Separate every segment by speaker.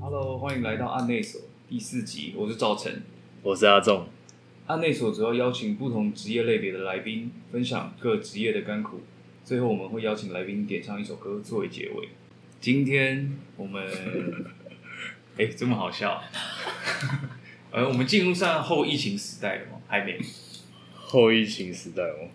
Speaker 1: Hello，欢迎来到案内所第四集，我是赵晨。
Speaker 2: 我是阿仲，
Speaker 1: 案内所主要邀请不同职业类别的来宾，分享各职业的甘苦。最后我们会邀请来宾点唱一首歌作为结尾。今天我 们，哎、这么好笑？呃，我们进入上后疫情时代了吗？还没，
Speaker 2: 后疫情时代哦，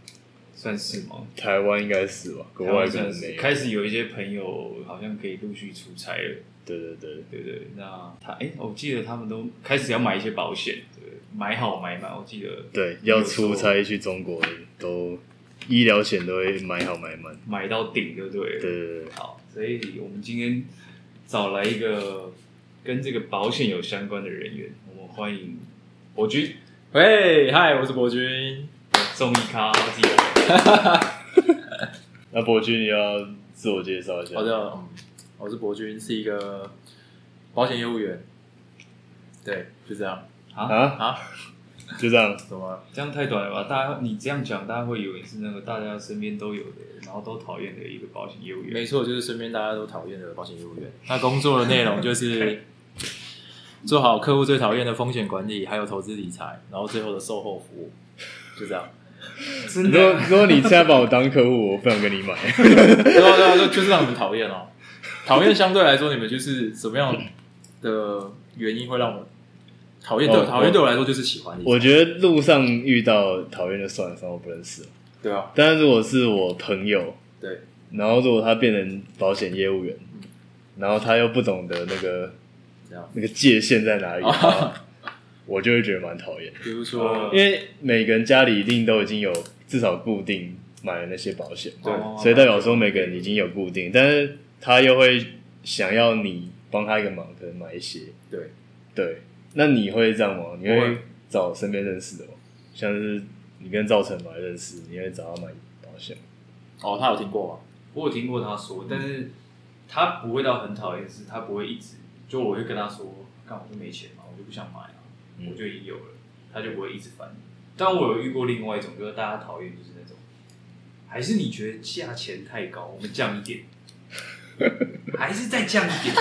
Speaker 1: 算是吗？
Speaker 2: 台湾应该是吧，国
Speaker 1: 台
Speaker 2: 外
Speaker 1: 湾
Speaker 2: 可
Speaker 1: 算
Speaker 2: 能
Speaker 1: 是
Speaker 2: 没有。
Speaker 1: 开始有一些朋友好像可以陆续出差了，
Speaker 2: 对对对，
Speaker 1: 对不对？那他哎、我记得他们都开始要买一些保险，对不对买好买满，我记得
Speaker 2: 对，要出差去中国都医疗险都会买好买满。
Speaker 1: 买到顶，对不对？
Speaker 2: 对对对，
Speaker 1: 好，所以我们今天找来一个跟这个保险有相关的人员，我们欢迎博君，
Speaker 3: 喂，嗨，我是博君。
Speaker 1: 呃综艺咖，他自己来
Speaker 2: 那伯君你要自我介绍一下。
Speaker 3: 好，的，嗯，我是博君，是一个保险业务员。对，就这样
Speaker 1: 啊，
Speaker 2: 啊，
Speaker 3: 啊？
Speaker 2: 就这样。
Speaker 3: 怎么了？
Speaker 1: 这样太短了吧？大家你这样讲，大家会以为是那个大家身边都有的，然后都讨厌的一个保险业务员。
Speaker 3: 没错，就是身边大家都讨厌的保险业务员。那工作的内容就是 做好客户最讨厌的风险管理，还有投资理财，然后最后的售后服务，就这样。
Speaker 1: 真
Speaker 2: 如果
Speaker 1: 的，
Speaker 2: 如果你现在把我当客户，我不想跟你买。
Speaker 3: 对啊，对啊，就就是让你们讨厌哦。讨厌相对来说，你们就是什么样的原因会让我讨厌？对，
Speaker 2: 哦
Speaker 3: 讨厌对我来说就是喜欢你。
Speaker 2: 我觉得路上遇到讨厌就算了，反正我不认识。
Speaker 3: 对啊，
Speaker 2: 但是如果是我朋友，
Speaker 3: 对，
Speaker 2: 然后如果他变成保险业务员，然后他又不懂得那个
Speaker 3: 这样。
Speaker 2: 那个界限在哪里的话，我就会觉得蛮讨厌。
Speaker 3: 比如说
Speaker 2: 因，为每个人家里一定都已经有至少固定买了那些保险，
Speaker 3: 对
Speaker 1: 哦
Speaker 2: 所以代表说每个人已经有固定，但是他又会想要你帮他一个忙，可能买一些。
Speaker 3: 对，
Speaker 2: 对，那你会这样吗？你
Speaker 3: 我会
Speaker 2: 会找身边认识的吗？像是你跟赵成买认识，你会找他买保险吗？
Speaker 3: 哦，他有听过吗？
Speaker 1: 我有听过他说，但
Speaker 2: 嗯
Speaker 1: 是他不会到很讨厌，是他不会一直就我会跟他说，看我就没钱嘛，我就不想买啊，
Speaker 2: 嗯
Speaker 1: 我就已经有了，他就不会一直烦你。但我有遇过另外一种，就是大家讨厌就是那种，还是你觉得价钱太高，我们降一 点，还是再降一点，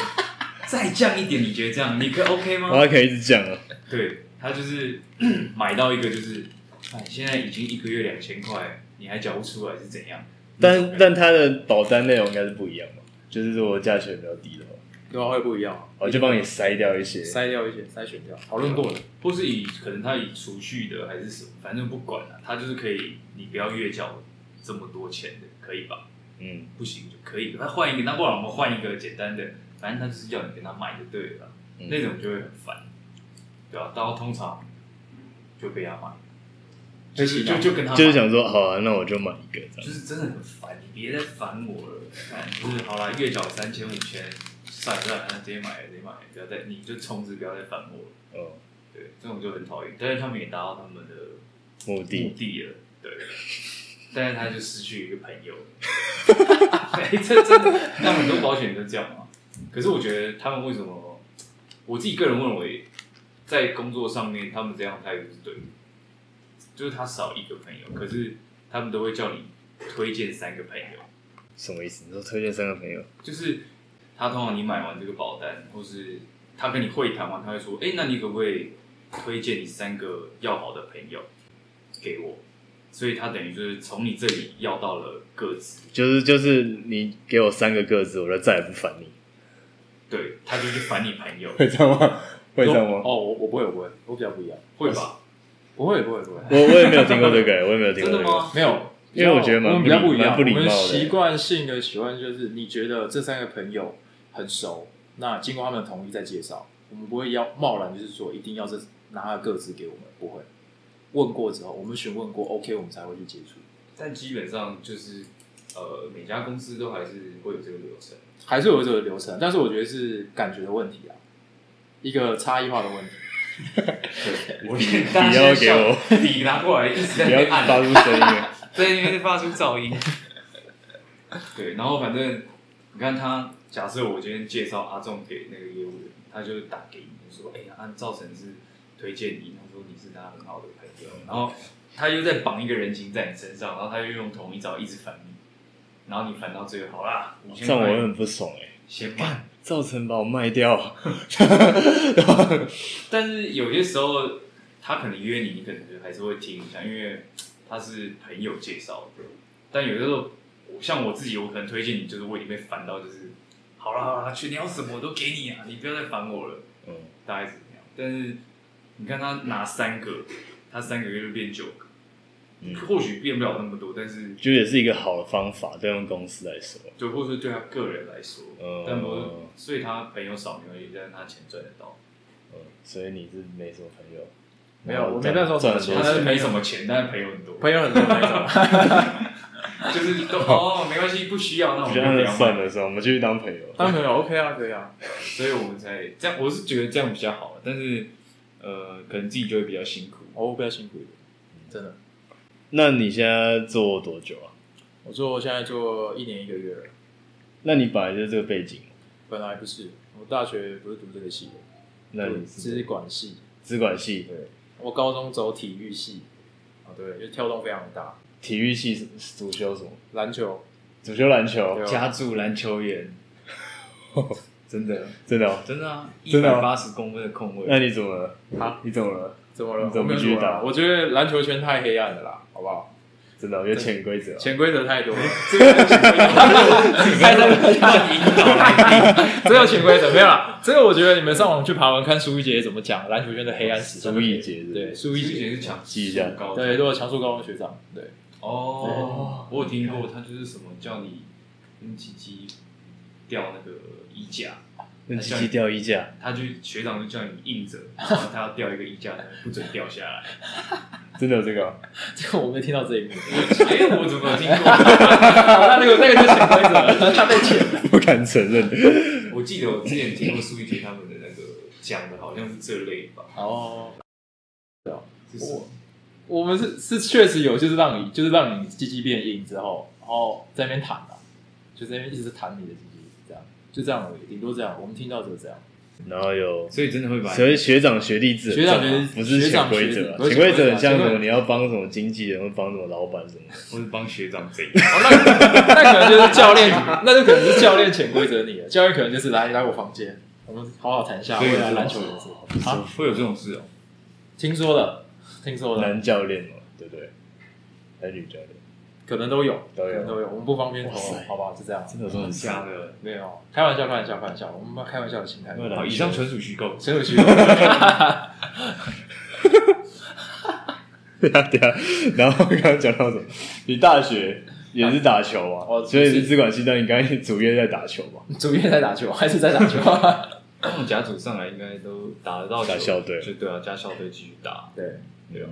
Speaker 1: 再降一点，你觉得这样你可 OK 吗？
Speaker 2: 然后他可以一直讲啊，
Speaker 1: 对他就是 买到一个就是，哎，现在已经一个月两千块，你还缴不出来是怎样？
Speaker 2: 但但他的保单内容应该是不一样嘛，就是如果价钱比较低的话，哦
Speaker 3: 对啊，会不一样啊。
Speaker 2: 我就帮你嗯筛掉一些。
Speaker 3: 筛掉一些，筛选掉，讨论过的。
Speaker 1: 或是以可能他以储蓄的还是什么，反正不管了、他就是可以，你不要月缴这么多钱的，可以吧？
Speaker 2: 嗯，
Speaker 1: 不行就可以，他换一个，那不然我们换一个简单的，反正他就是要你跟他买就对了，
Speaker 2: 嗯
Speaker 1: 那种就会很烦，对吧、然后通常就被他买，就是就就跟他买
Speaker 2: 就是想说，好啊，那我就买一个这
Speaker 1: 就
Speaker 2: 样。
Speaker 1: 是真的很烦，你别再烦我了。哎就是好啦，月缴三千五千，算了算了，那直接买了，直接买了，不要再，你就充值，不要再烦我了。
Speaker 2: 哦，
Speaker 1: 对，这种就很讨厌，但是他们也达到他们的
Speaker 2: 目
Speaker 1: 目
Speaker 2: 的
Speaker 1: 的了， 对。但是他就失去一个朋友， 哎、这真的，那很多保险都这样嘛。可是我觉得他们为什么，我自己个人认为，在工作上面他们这样的态度是对的，就是他少一个朋友，可是他们都会叫你推荐三个朋友，
Speaker 2: 什么意思？你说推荐三个朋友，
Speaker 1: 就是他通常你买完这个保单，或是他跟你会谈完，他会说，哎、那你可不可以推荐你三个要好的朋友给我？所以他等于就是从你这里要到了各自，
Speaker 2: 就是就是你给我三个个字，我就再也不烦你，
Speaker 1: 对他就是烦你朋友，
Speaker 2: 会这样吗？会这样吗？
Speaker 3: 哦，我我不会，我不会，我比较不一样。
Speaker 1: 会吧？
Speaker 3: 不会，不会，不会。
Speaker 2: 我我也没有听过这个，我也没有听
Speaker 1: 真
Speaker 2: 过
Speaker 1: 的
Speaker 2: 这个。
Speaker 1: 吗？
Speaker 3: 没有，
Speaker 2: 因为我觉得蛮
Speaker 3: 我们比较
Speaker 2: 不
Speaker 3: 不
Speaker 2: 礼
Speaker 3: 一样。
Speaker 2: 蛮不礼
Speaker 3: 我们
Speaker 2: 貌的
Speaker 3: 习惯性的喜欢就是，你觉得这三个朋友很熟，那经过他们的同意再介绍，我们不会要贸然就是说一定要这拿他的各自给我们，不会。问过之后，我们询问过，OK，我们才会去接触，
Speaker 1: 但基本上就是呃，每家公司都还是会有这个流程。
Speaker 3: 还是有这个流程。但是我觉得是感觉的问题啊，一个差异化的问题。
Speaker 1: 我
Speaker 2: 你要给我，
Speaker 1: 你拿过来一直在
Speaker 2: 不
Speaker 1: 那
Speaker 2: 要
Speaker 1: 边按
Speaker 2: 发出声音。
Speaker 1: 在那边发出噪 音。对，然后反正你看他，假设我今天介绍阿仲给那个业务员，他就打给你就说，哎、呀，按赵晨是推荐你，他说你是他很好的朋友，然后他又在绑一个人情在你身上，然后他又用同一招一直烦你，然后你烦到最后，好啦，五千
Speaker 2: 这样我会
Speaker 1: 块
Speaker 2: 很不爽哎、
Speaker 1: 先买。
Speaker 2: 造成把我卖掉，啊
Speaker 1: 但是有些时候他可能约你，你可能就还是会听一下，因为他是朋友介绍的。但有的时候，我像我自己，我可能推荐你，就是我已经被烦到，就是好了好了，去你要什么我都给你啊，你不要再烦我了，
Speaker 2: 嗯，
Speaker 1: 大概是这样。但是你看他拿三个，他三个月就变九个，
Speaker 2: 嗯
Speaker 1: 或许变不了那么多，但是
Speaker 2: 就也是一个好的方法，对用公司来说，
Speaker 1: 就或者对他个人来说，
Speaker 2: 嗯
Speaker 1: 但不是，所以他朋友少没关系，但是他钱赚得到。
Speaker 2: 嗯，所以你是没什么朋友，
Speaker 3: 没有
Speaker 2: 然后
Speaker 3: 我没
Speaker 2: 赚
Speaker 3: 那时候
Speaker 2: 赚很
Speaker 3: 怎
Speaker 2: 多
Speaker 3: 么
Speaker 1: 他
Speaker 3: 说
Speaker 1: 是
Speaker 2: 钱，
Speaker 1: 没什么钱，但是朋友很多。
Speaker 3: 朋友很多那 种，
Speaker 1: 就是都哦，没关系，不需要，那我
Speaker 2: 我
Speaker 1: 们
Speaker 2: 觉
Speaker 1: 就不
Speaker 2: 得那
Speaker 1: 要
Speaker 2: 算
Speaker 1: 买。
Speaker 2: 了，算了，我们继续当朋友。
Speaker 3: 当朋友 OK 啊，可以啊。
Speaker 1: 所以我们才这样，我是觉得这样比较好，但是呃，可能自己就会比较辛苦。
Speaker 3: 哦，不要辛苦一点，真的。
Speaker 2: 那你现在做多久啊？
Speaker 3: 我做现在做一年一个月了，
Speaker 2: 那你本来就是这个背景，
Speaker 3: 本来不是，我大学不是读这个系的，
Speaker 2: 那
Speaker 3: 读
Speaker 2: 你
Speaker 3: 资
Speaker 2: 是
Speaker 3: 管系。
Speaker 2: 资管系，
Speaker 3: 对，我高中走体育系，啊，对，因为跳动非常大，
Speaker 2: 体育系是主修什么？
Speaker 3: 篮球，
Speaker 2: 主修篮球
Speaker 3: 对，啊
Speaker 1: 家住篮球 员，真的
Speaker 2: 真的、哦？
Speaker 1: 真的啊，一
Speaker 2: 真的哎
Speaker 1: 百
Speaker 2: 哦
Speaker 1: 八十公分的空
Speaker 2: 那
Speaker 1: 位，
Speaker 2: 你怎么了？
Speaker 3: 啊，
Speaker 2: 你怎么了？
Speaker 3: 怎么了？
Speaker 2: 你怎么
Speaker 3: 我没有
Speaker 2: 不继续
Speaker 3: 什么啦
Speaker 2: 打
Speaker 3: 我觉得篮球圈太黑暗了啦，好不 好？
Speaker 2: 真的哦、有潜规则哦。
Speaker 3: 潜规则太多了，
Speaker 1: 还在乱引导来宾。
Speaker 3: 这有潜规则没有啦。这个我觉得你们上网去爬文看苏一杰怎么讲篮球圈的黑暗史。
Speaker 2: 苏一杰是不是
Speaker 3: 对，苏
Speaker 1: 朱
Speaker 3: 一
Speaker 1: 一
Speaker 3: 杰，
Speaker 1: 杰是强
Speaker 2: 记一下
Speaker 1: 高的
Speaker 3: 对，都有强叔高中学长，对，
Speaker 1: 哦，我有听过，他就是什么叫你用鸡鸡掉那个衣架。
Speaker 2: 用机器掉衣架，
Speaker 1: 他就学长就叫你硬 着，然后他要掉一个衣架，不准掉下来。
Speaker 2: 真的有这个哦、
Speaker 3: 这个我没听到这一幕。
Speaker 1: 哎、我怎么有听过？
Speaker 3: 好那那个那个就是潜规则， 他被潜。
Speaker 2: 不敢承认。
Speaker 1: 我记得我之前听过苏一杰他们的那个讲的，好像是这类吧。
Speaker 3: 哦，
Speaker 1: 就是
Speaker 3: 我我们是是确实有，就是让你就是让你鸡鸡变硬之后，然后在那边弹啊，就在那边一直弹你的鸡鸡，这样就这样而已，顶多这样。我们听到只有这样。哦
Speaker 2: 然后有
Speaker 1: 所以真的会把
Speaker 2: 所谓学长学弟制，
Speaker 3: 学长学弟
Speaker 2: 不是潜规则啊，
Speaker 3: 学长学弟
Speaker 2: 潜规则很像什
Speaker 3: 不是潜规
Speaker 2: 么
Speaker 3: 则
Speaker 2: 你要帮什么经纪人，或帮什么老板什么的。
Speaker 1: 我是帮学长这一
Speaker 3: 哦，那那可能就是教练，那就可能是教练潜规则你了。教练可能就是来来我房间，我们好好谈一下
Speaker 1: 所以
Speaker 3: 未
Speaker 1: 有
Speaker 3: 来
Speaker 1: 这
Speaker 3: 篮
Speaker 1: 种
Speaker 3: 球
Speaker 1: 事
Speaker 3: 人生。
Speaker 1: 啊，会有这种事哦、
Speaker 3: 听说的，听说的，
Speaker 2: 男教练嘛，对不对？男女教练，
Speaker 3: 可能都有，
Speaker 2: 都有
Speaker 3: 可能都有。我们不方便
Speaker 2: 哇
Speaker 3: 透露
Speaker 2: 塞，
Speaker 3: 好吧？就这样。
Speaker 2: 真的有这种事
Speaker 1: 假的。
Speaker 3: 没有，开玩笑，开玩笑，开玩笑。我们开玩笑的心态。
Speaker 2: 对
Speaker 1: 好，以上纯属虚构。
Speaker 3: 陈有 旭，
Speaker 2: 对啊对啊，然后刚刚讲到什么？你大学也是打球啊，
Speaker 3: 哦
Speaker 2: 所以你是资管系，但你刚才主业在打球嘛，
Speaker 3: 主业在打球还是在打 球？
Speaker 1: 那种甲组上来应该都打得到
Speaker 2: 加
Speaker 1: 球
Speaker 2: 校队
Speaker 1: 就对啊，加校队继续打。
Speaker 3: 对，
Speaker 1: 对啊，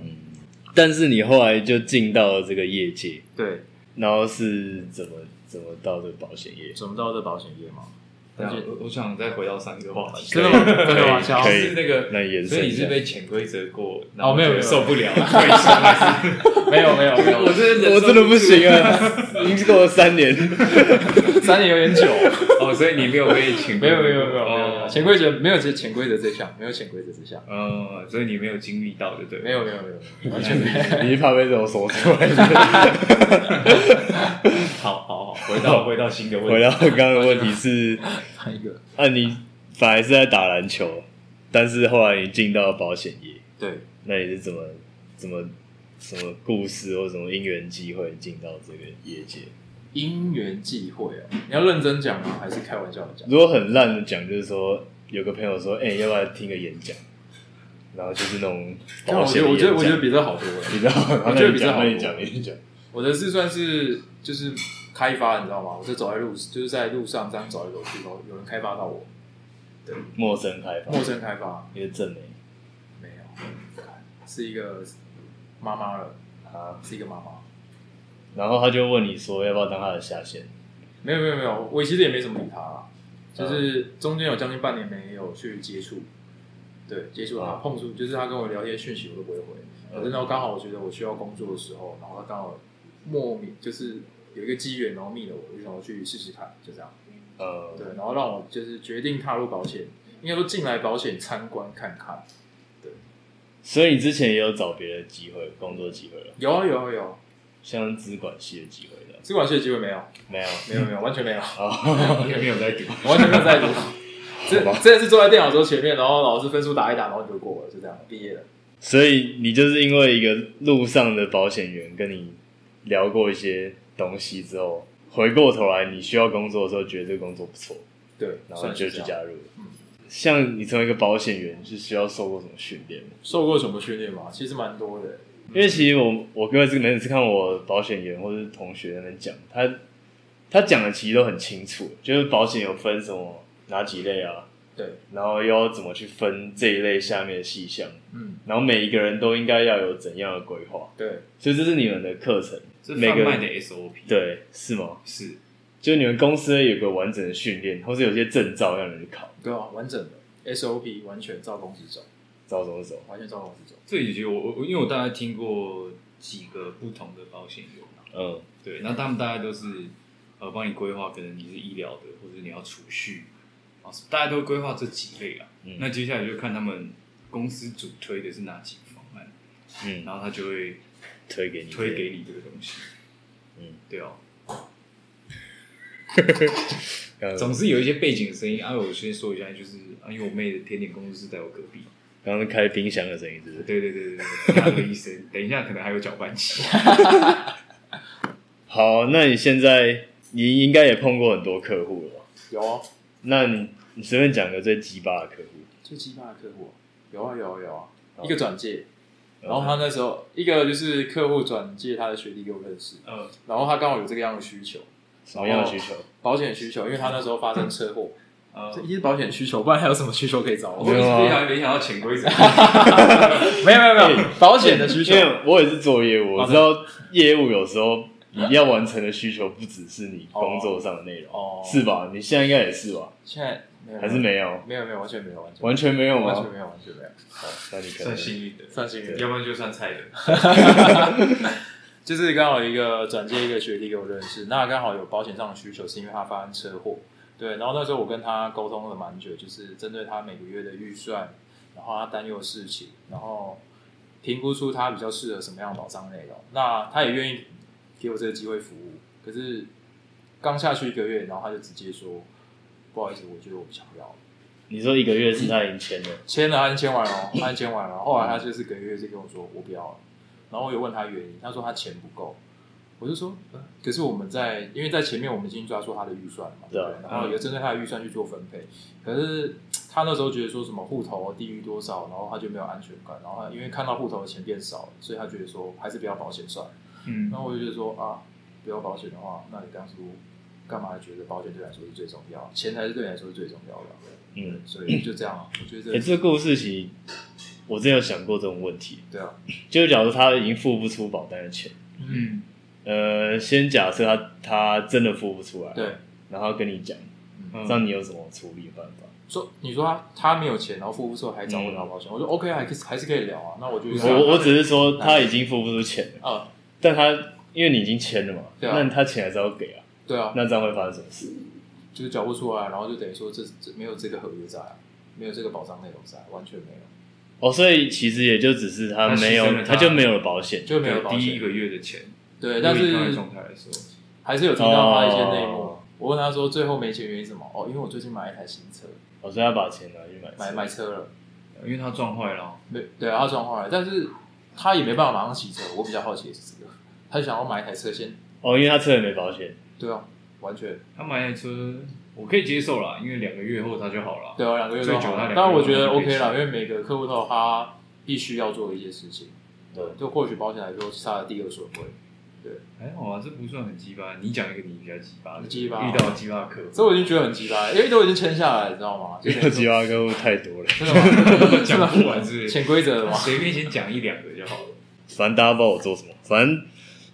Speaker 2: 但是你后来就进到了这个业界，
Speaker 3: 对，
Speaker 2: 然后是怎么怎么到这个保险业？
Speaker 3: 怎么到这保险业嘛？
Speaker 1: 对啊我我想再回到上一个话题，
Speaker 3: 真的吗？真的吗？
Speaker 2: 可以
Speaker 1: 是那个，
Speaker 2: 那延伸一下
Speaker 1: 所以你是被潜规则过，然
Speaker 3: 哦
Speaker 1: 后
Speaker 3: 没有
Speaker 1: 觉
Speaker 3: 没
Speaker 1: 得
Speaker 3: 有
Speaker 1: 受不 了，退缩还是
Speaker 3: 没有没有没
Speaker 1: 我
Speaker 3: 有，
Speaker 1: 真的
Speaker 2: 我真的不行啊， 已经过了三年，
Speaker 3: 三年有点久。
Speaker 1: 哦，所以你没有被潜
Speaker 3: 没
Speaker 1: 规
Speaker 3: 有
Speaker 1: 则
Speaker 3: 没有没有没有没有
Speaker 1: 哦
Speaker 3: 潜规则没有这潜规则这项，没有潜规则这项，
Speaker 1: 嗯，所以你没有经历到，对不对？
Speaker 3: 没有没有没有，完全没有。
Speaker 2: 你是怕被这种说出来。
Speaker 1: 好 好好，回到回到新的问
Speaker 2: 回
Speaker 1: 题，
Speaker 2: 到刚刚的问题是，
Speaker 3: 哪一个？
Speaker 2: 那、你本来是在打篮球，但是后来你进到保险业，
Speaker 3: 对，
Speaker 2: 那你是怎么怎么什么故事或什么因缘机会进到这个业界？
Speaker 3: 因缘际会哦。你要认真讲吗？还是开玩笑的讲？
Speaker 2: 如果很烂的讲，就是说有个朋友说，哎、要不要听个演讲？然后就是那种
Speaker 3: 但
Speaker 2: 保
Speaker 3: 哦我
Speaker 2: 险
Speaker 3: 觉得
Speaker 2: 的演
Speaker 3: 我觉
Speaker 2: 讲，
Speaker 3: 得我觉得比这好多了。
Speaker 2: 比较好，
Speaker 3: 我
Speaker 2: 然
Speaker 3: 觉
Speaker 2: 后
Speaker 3: 得比
Speaker 2: 你
Speaker 3: 较
Speaker 2: 讲，
Speaker 3: 好
Speaker 2: 那你讲，那你讲，
Speaker 3: 我的是算是就是开发，你知道吗？我是走在路，就是在路上这样走来走去，有有人开发到我，
Speaker 2: 陌生开发，
Speaker 3: 陌生开发
Speaker 2: 一个正美
Speaker 3: 没有，是一个妈妈了，
Speaker 2: 啊，
Speaker 3: 是一个妈妈。
Speaker 2: 然后他就问你说要不要当他的下线？
Speaker 3: 没有没有没有，我其实也没怎么理他啦，就是中间有将近半年没有去接触，对，接触他、
Speaker 2: 嗯
Speaker 3: 碰触，就是他跟我聊一些讯息我都不会回，可是呢刚好我觉得我需要工作的时候，然后他刚好莫名就是有一个机缘，然后密了我，我就想要去试试看，就这样，
Speaker 2: 呃，
Speaker 3: 对，然后让我就是决定踏入保险应该说进来保险参观看看。
Speaker 2: 所以你之前也有找别的机会，工作机会了，
Speaker 3: 有啊有啊有啊，
Speaker 2: 像资管系的机会的，
Speaker 3: 资管系的机会没有？
Speaker 2: 没有。啊
Speaker 3: 没有 没有，完全没有，
Speaker 2: 哦，
Speaker 1: 你 也没有在读，
Speaker 3: 我完全没有在读。这
Speaker 2: 好吧
Speaker 3: 这是坐在电脑桌前面，然后老师分数打一打，然后你就过了，就这样毕业了。
Speaker 2: 所以你就是因为一个路上的保险员跟你聊过一些东西之后，回过头来你需要工作的时候，觉得这个工作不错，
Speaker 3: 对，
Speaker 2: 然后
Speaker 3: 算
Speaker 2: 就是去
Speaker 3: 这样。
Speaker 2: 加入了
Speaker 3: 嗯。
Speaker 2: 像你成为一个保险员，是需要受过什么训练吗？
Speaker 3: 受过什么训练吗？其实蛮多的。
Speaker 2: 因为其实我我哥是每次看我保险员或者是同学在那边讲，他他讲的其实都很清楚，就是保险有分什么哪几类啊，
Speaker 3: 对，
Speaker 2: 然后又要怎么去分这一类下面的细项，
Speaker 3: 嗯，
Speaker 2: 然后每一个人都应该要有怎样的规划，
Speaker 3: 对，
Speaker 2: 所以这是你们的课程，
Speaker 1: 这
Speaker 2: 每
Speaker 1: 贩
Speaker 2: 个
Speaker 1: 卖
Speaker 2: 人
Speaker 1: 的 SOP
Speaker 2: 对是吗？
Speaker 1: 是
Speaker 2: 就你们公司有个完整的训练，或是有些证照让人去考，
Speaker 3: 对啊，完整的 SOP 完全照公司走，
Speaker 2: 照怎么走？
Speaker 3: 完全照公司走。
Speaker 1: 这以及我我我因为我大概听过几个不同的保险员嘛，
Speaker 2: 嗯，
Speaker 1: 对，那他们大概都是呃帮你规划，可能你是医疗的，或者你要储蓄啊，大家都规划这几类啊。
Speaker 2: 嗯
Speaker 1: 那接下来就看他们公司主推的是哪几个方案，
Speaker 2: 嗯，
Speaker 1: 然后他就会
Speaker 2: 推给你，
Speaker 1: 推给你这个东西。
Speaker 2: 嗯，
Speaker 1: 对哦，
Speaker 2: 刚刚
Speaker 1: 总是有一些背景的声音啊。我先说一下，就是啊，因为我妹的甜点公司是在我隔壁，
Speaker 2: 刚刚开冰箱的声音是不是？
Speaker 1: 对对对对对，那个医生，等一下可能还有搅拌器。
Speaker 2: 好，那你现在你应该也碰过很多客户了吧？
Speaker 3: 有啊，
Speaker 2: 那你你随便讲个最鸡巴的客户，
Speaker 3: 最奇葩的客户啊有啊有啊有啊，
Speaker 2: 哦
Speaker 3: 一个转介，然后他那时候一个就是客户转介他的学弟给我认识，
Speaker 1: 呃，
Speaker 3: 然后他刚好有这个样的需求，
Speaker 2: 什么样的需求？
Speaker 3: 保险需求，因为他那时候发生车祸，
Speaker 1: 呃
Speaker 3: 这一定是保险需求，不然还有什么需求可以找
Speaker 1: 我
Speaker 3: 我？
Speaker 1: 一直
Speaker 2: 没有啊
Speaker 1: 非常联想到潜规则，
Speaker 3: 没有没有没有，保险的需求
Speaker 2: 因，为我也是做业务，我知道业务有时候你要完成的需求不只是你工作上的内容，
Speaker 3: 哦
Speaker 2: 是吧？你现在应该也是吧？
Speaker 3: 现在没有
Speaker 2: 还是没有？
Speaker 3: 没有没有完全没有完全
Speaker 2: 哦完全没有啊
Speaker 3: 完全
Speaker 2: 吗？
Speaker 3: 没有完全没有，
Speaker 2: 好，那你可能
Speaker 1: 算幸运的，
Speaker 3: 算幸运
Speaker 1: 要不然就算菜的。
Speaker 3: 就是刚好一个转介一个学弟给我认识，那刚好有保险上的需求，是因为他发生车祸。对，然后那时候我跟他沟通了蛮久，就是针对他每个月的预算，然后他担忧的事情，然后评估出他比较适合什么样的保障内容。那他也愿意给我这个机会服务，可是刚下去一个月，然后他就直接说：“不好意思，我觉得我不想要了。”
Speaker 2: 你说一个月是他已经签了，
Speaker 3: 签了，他已经签完了哦，他已经签完了。后来他就是个月就跟我说我不要了，然后我有问他原因，他说他钱不够，我就说，呃可是我们在因为在前面我们已经抓住他的预算了嘛，
Speaker 2: 对
Speaker 3: 对
Speaker 2: 啊
Speaker 3: 不对，然后也针对他的预算去做分配。可是他那时候觉得说什么户头低于多少，然后他就没有安全感，然后他因为看到户头的钱变少了，所以他觉得说还是不要保险算了。
Speaker 1: 嗯
Speaker 3: 然后我就觉得说啊，不要保险的话，那你当初干嘛觉得保险对你来说是最重要，钱才是对你来说是最重要的啊，
Speaker 2: 嗯，
Speaker 3: 所以就这样啊，我觉得这
Speaker 2: 哎，这个故事其实我之前有想过这种问题，
Speaker 3: 对啊。
Speaker 2: 就是假如他已经付不出保单的钱，
Speaker 1: 嗯，
Speaker 2: 呃，先假设他他真的付不出来，
Speaker 3: 对，
Speaker 2: 然后跟你讲，
Speaker 3: 嗯，
Speaker 2: 那你有什么处理办法？
Speaker 3: 说你说他他没有钱，然后付不出还找我聊
Speaker 1: 嗯
Speaker 3: 保险，我说 OK 还可以还是可以聊啊，那我就
Speaker 1: 不是啊
Speaker 2: 我我只是说他已经付不出钱了，
Speaker 3: 啊，
Speaker 2: 但他因为你已经签了嘛，
Speaker 3: 对啊
Speaker 2: 那他钱还是要给啊，
Speaker 3: 对啊，
Speaker 2: 那这样会发生什么事？
Speaker 3: 就是缴不出来，然后就等于说这这没有这个合约在啊，没有这个保障内容在，完全没有，
Speaker 2: 哦，所以其实也就只是他没
Speaker 1: 他牺牲
Speaker 2: 有，
Speaker 1: 了
Speaker 2: 他
Speaker 1: 他
Speaker 2: 就没有了保险。
Speaker 3: 就没有保
Speaker 1: 第一
Speaker 3: 险。
Speaker 1: 个月的钱，
Speaker 3: 对，但
Speaker 1: 以他的
Speaker 3: 是
Speaker 1: 状态来说，
Speaker 3: 还是有听到他一些内幕
Speaker 2: 哦。
Speaker 3: 我问他说最后没钱原因是什么？哦，因为我最近买了一台新车，
Speaker 2: 哦，所以他把钱拿去买
Speaker 3: 买
Speaker 2: 车
Speaker 3: 买车了，
Speaker 1: 因为他撞坏了，
Speaker 3: 没对啊，他撞坏了，但是他也没办法马上骑车。我比较好奇的是这个，他想要买一台车先，
Speaker 2: 哦，因为他车也没保险，
Speaker 3: 对啊，完全
Speaker 1: 他买台车我可以接受啦，因为两个月后他就好了。
Speaker 3: 对啊，两个月
Speaker 1: 最
Speaker 3: 都
Speaker 1: 久
Speaker 3: 好
Speaker 1: 那两个月
Speaker 3: 当然我觉得
Speaker 1: 都可以
Speaker 3: OK 了，因为每个客户都有他必须要做的一些事情。
Speaker 2: 对
Speaker 3: 就或许保险来说是他的第二顺位。
Speaker 1: 还好啊，这不算很鸡巴。你讲一个你比较鸡巴的，
Speaker 3: 鸡巴
Speaker 1: 遇到鸡巴客户，
Speaker 3: 这我已经觉得很鸡巴，因为都已经签下来，你知道吗？ 就
Speaker 2: 因
Speaker 3: 等于
Speaker 2: 为
Speaker 3: 说
Speaker 2: 其他客户太多了，
Speaker 3: 真的吗？
Speaker 1: 讲不完是不是
Speaker 3: 潜规则的 吗？
Speaker 1: 随便先讲一两个就好了。
Speaker 2: 反正大家不知道我做什么，反正